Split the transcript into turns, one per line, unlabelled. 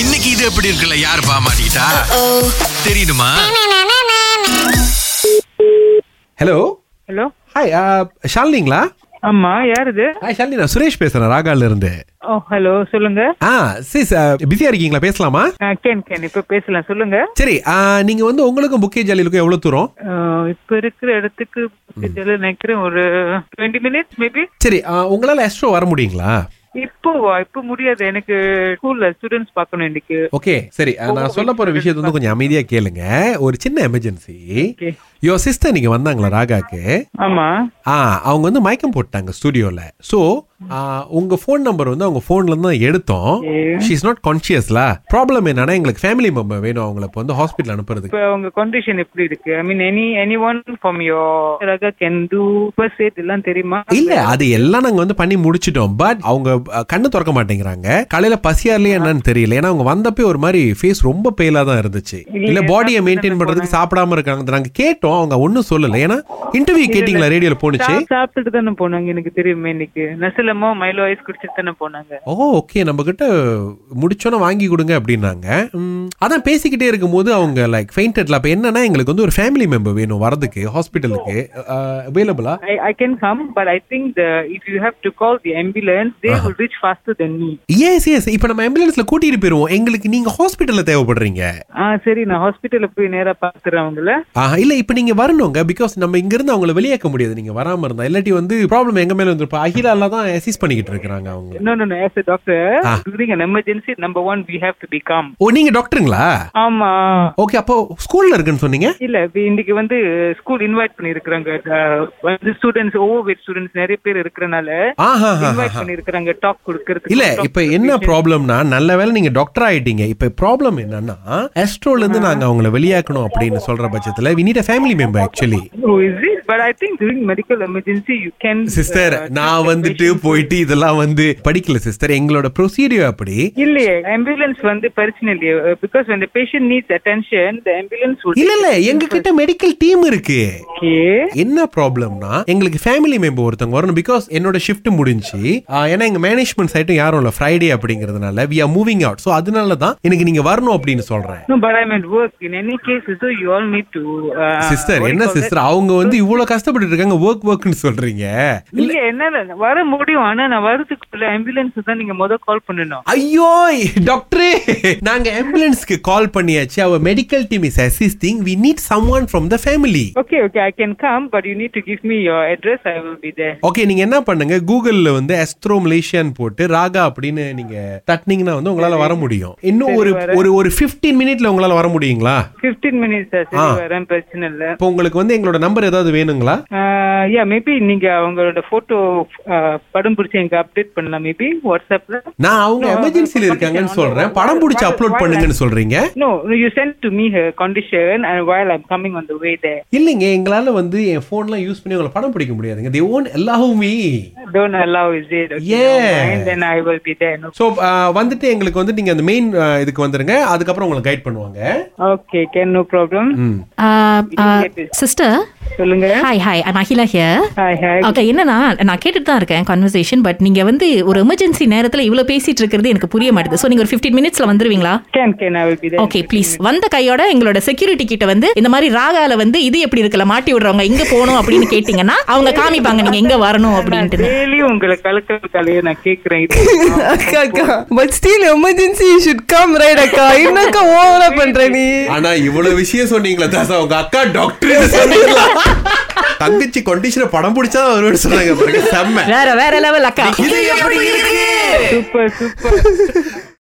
இன்னைக்கு இது எப்படி இருக்குல்ல யாரு பாமாட்டா தெரியுமா
ஹலோ
ஹலோ
ஹாய் uh, ஷாலினிங்களா
ஆமா யார் இது
ஹாய் ஷாலினி நான் சுரேஷ் பேசுறேன் ராகால இருந்து
ஓ ஹலோ சொல்லுங்க
ஆ சிஸ் பிஸியா இருக்கீங்களா பேசலாமா
ஆ, கேன் கேன் இப்ப பேசலாம் சொல்லுங்க
சரி ஆ, நீங்க வந்து உங்களுக்கும் புக்கே ஜாலிலுக்கும் எவ்வளவு தூரம்
ஆ, இப்ப இருக்கிற இடத்துக்கு இதுல நினைக்கிறேன் ஒரு டுவெண்ட்டி மினிட்ஸ் மேபி
சரி ஆ, உங்களால எஸ்ட்ரோ வர முடியுங்களா
இப்போவா இப்போ முடியாது எனக்கு ஸ்கூல்ல ஸ்டூடெண்ட்ஸ் பார்க்கணும் இன்னைக்கு
ஓகே சரி ஆ, நான் சொல்ல போற விஷயத்தை வந்து கொஞ்சம் அமைதியா கேளுங்க ஒரு சின்ன எமர்ஜென்சி
Okay.
யோ சிஸ்டர் நீங்க வந்தாங்களா ராகாக்கு
ஆமா
ஆ அவங்க வந்து மயக்கம் போட்டாங்க ஸ்டுடியோல ஸோ உங்க ஃபோன் நம்பர் வந்து அவங்க ஃபோன்ல இருந்து தான் எடுத்தோம் ஷி இஸ் நாட் கான்சியஸ்ல ப்ராப்ளம் என்னன்னா எங்களுக்கு ஃபேமிலி மெம்பர் வேணும் அவங்கள இப்ப வந்து ஹாஸ்பிட்டல் அனுப்புறதுக்கு
இப்ப உங்க கண்டிஷன் எப்படி இருக்கு I mean any any one from your ரகா கேன் டூ ஃபர்ஸ்ட் எய்ட் எல்லாம் தெரியுமா
இல்ல அது எல்லாம் நாங்க வந்து பண்ணி முடிச்சிட்டோம் பட் அவங்க அஹ், கண்ணு திறக்க மாட்டேங்கிறாங்க காலையில பசியா இல்லையா என்னன்னு தெரியல ஏன்னா அவங்க வந்தப்பே ஒரு மாதிரி ஃபேஸ் ரொம்ப பெயிலா தான் இருந்துச்சு இல்ல பாடியை மெயின்டைன் பண்றதுக்கு சாப்பிடாம இருக்காங்க நாங்க கேட்டோம் அவங்க ஒண்ணும் சொல்லல ஏன்னா இன்டர்வியூ கேட்டிங்களா ரேடியோல போனுச்சு
சாப்- சாப்பிட்டுட்டு தானே போனாங்க எனக்கு தெரியுமே இன்னைக்கு நசலமோ மைலோ ஐஸ் குடிச்சிட்டு தானே போனாங்க
ஓ ஓகே நம்ம கிட்ட முடிச்சோன்னே வாங்கி கொடுங்க அப்படின்னாங்க ம், அதான் பேசிக்கிட்டே இருக்கும்போது அவங்க லைக் ஃபெயின்டட்ல அப்ப என்னன்னா எங்களுக்கு வந்து ஒரு ஃபேமிலி மெம்பர் வேணும் வரதுக்கு ஹாஸ்பிட்டலுக்கு அவைலபிளா
I, I can come, but I think the if you have to call the ambulance, they
Uh-huh.
will reach faster than me.
Yes yes இப்ப நம்ம ஆம்புலன்ஸ்ல கூட்டிட்டு போயிருவோம் எங்களுக்கு நீங்க ஹாஸ்பிட்டல்ல தேவைப்படுறீங்க
ஆ சரி நான் ஹாஸ்பிட்டல்ல போய் நேரா பாத்துறேன் அவங்கள
ஆஹா இல்ல இப்ப நீங்க வரணுங்க பிகாஸ் நம்ம இங்க இருந்து அவங்கள வெளியேக்க முடியாது நீங்க வராம இருந்தா இல்லாட்டி வந்து ப்ராப்ளம் எங்க மேல வந்துருப்பா அகிலால தான் அசிஸ் பண்ணிக்கிட்டு இருக்காங்க அவங்க
No, no, no. As a doctor,
Ah.
during an emergency, number one, we have to be calm.
ஓ நீங்க டாக்டருங்களா
ஆமா
ஓகே அப்போ ஸ்கூல்ல இருக்குன்னு சொன்னீங்க
இல்ல இப்ப இன்னைக்கு வந்து ஸ்கூல் இன்வைட் பண்ணிருக்காங்க வந்து ஸ்டூடெண்ட்ஸ் ஓவர் வெயிட் ஸ்டூடெண்ட்ஸ் நிறைய பேர் இருக்கறனால
ஆஹா ஆஹா, ஆஹா.
இன்வைட் பண்ணிருக்காங்க டாக் கொடுக்கறதுக்கு
இல்ல இப்ப என்ன ப்ராப்ளம்னா நல்ல வேளை நீங்க டாக்டர் ஆயிட்டீங்க இப்ப ப்ராப்ளம் என்னன்னா அஸ்ட்ரோல இருந்து நாங்க அவங்கள வெளியாக்கணும் அப்படின்னு சொல்ற பட்சத்துல we need a family member actually
oh is it but I think during medical emergency you can
sister நான் வந்துட்டு போயிட்டு இதெல்லாம் வந்து படிக்கல சிஸ்டர் எங்களோட ப்ரொசீடியர் அப்படி
இல்லையே ஆம்புலன்ஸ் வந்து பிரச்சனை இல்லையே because when the patient needs attention the ambulance would
இல்ல இல்ல எங்க கிட்ட மெடிக்கல் டீம் இருக்கு
okay
என்ன ப்ராப்ளம்னா எங்களுக்கு ஃபேமிலி மெம்பர் ஒருத்தவங்க வரணும் பிகாஸ் என்னோட ஷிஃப்ட் முடிஞ்சு ஏன்னா எங்க மேனேஜ்மெண்ட் சைட்டும் யாரும் இல்ல ஃப்ரைடே அப்படிங்கறதுனால we are moving out so அதனால தான் எனக்கு நீங்க வரணும் அப்படின்னு சொல்றேன்
no but i meant work in any case so you all need to uh,
sister என்ன சிஸ்டர் அவங்க வந்து இவ்வளவு கஷ்டப்பட்டு இருக்காங்க ஒர்க் ஒர்க்னு சொல்றீங்க
இல்ல என்னால வர முடியும் ஆனா நான் வரதுக்குள்ள ஆம்புலன்ஸ் தான் நீங்க முத கால் பண்ணணும்
ஐயோ டாக்டரே நாங்க ஆம்புலன்ஸ்க்கு கால் பண்ணியாச்சு அவர் medical team is assisting we need someone from the family
okay okay i can come but you need to give me your address i will be there
okay நீங்க என்ன பண்ணுங்க கூகுள்ல வந்து அஸ்ட்ரோ மலேசியான்னு போட்டு ராகா அப்படின்னு நீங்க தட்டினீங்கன்னா வந்து உங்களால வர முடியும் இன்னும் ஒரு ஒரு ஒரு 15 மினிட்ல உங்களால வர முடியுங்களா
15 மினிட்ஸ் சரி வரேன் பிரச்சனை இல்ல
இப்போ உங்களுக்கு வந்து எங்களோட நம்பர் ஏதாவது வேணுங்களா
யா மேபி நீங்க அவங்களோட போட்டோ படம் பிடிச்சி எனக்கு அப்டேட் பண்ணலாம் மேபி வாட்ஸ்அப்ல
நான் அவங்க எமர்ஜென்சில இருக்காங்கன்னு சொல்றேன் படம் பிடிச்சி அப்லோட் பண்ணுங்கன்னு சொல்றீங்க
No, no, you sent to me her condition, and while I'm coming on the way there,
இல்லைங்க எங்களால வந்து என் போன்லாம் யூஸ் பண்ணி உங்களை படம் பிடிக்க முடியாதுங்க they own எல்லாமே
don't allow is it? Okay,
Yeah.
And then I will be there. No.
So வந்துட்டு எங்களுக்கு வந்து நீங்க அந்த மெயின் இதுக்கு வந்துருங்க அதுக்கப்புறம் உங்களுக்கு கைட் பண்ணுவாங்க
Okay, can no problem.
Uh, sister
சொல்லுங்க
hi hi I'm Akila here
Hi, hi.
Okay என்னன்னா நான் கேட்டுட்டு தான் இருக்கேன் கன்வர்சேஷன் பட் நீங்க வந்து ஒரு எமர்ஜென்சி நேரத்துல இவ்ளோ பேசிட்டு இருக்கிறது எனக்கு புரிய மாட்டேது ஸோ நீங்க ஒரு 15 மினிட்ஸ்ல வந்துருவீங்களா
Can, can, I will be there.
Okay please வந்த கையோட எங்களோட செக்யூரிட்டி கிட்ட வந்து இந்த மாதிரி ராகால வந்து இது எப்படி இருக்கல மாட்டி விடுறவங்க இங்க போகணும் அப்படின்னு கேட்டீங்கன்னா அவங்க காமிப்பாங்க நீங்க எங்க வரணும் அப்படின்ட்டு
டெய்லி உங்களை கலக்கிற கலையை நான் கேக்குறேன் இது.
அக்கா அக்கா but still emergency should come right அக்கா என்னக்கா ஓவரா பண்ற நீ
ஆனா இவ்வளவு விஷயம் சொன்னீங்களா தாசா உங்க அக்கா டாக்டர் சொன்னீங்களா தங்கச்சி கண்டிஷனை படம் பிடிச்சா வருவேன்னு சொன்னாங்க பாருங்க செம்ம
வேற வேற லெவல் அக்கா
இது எப்படி இருக்கு
Super, super.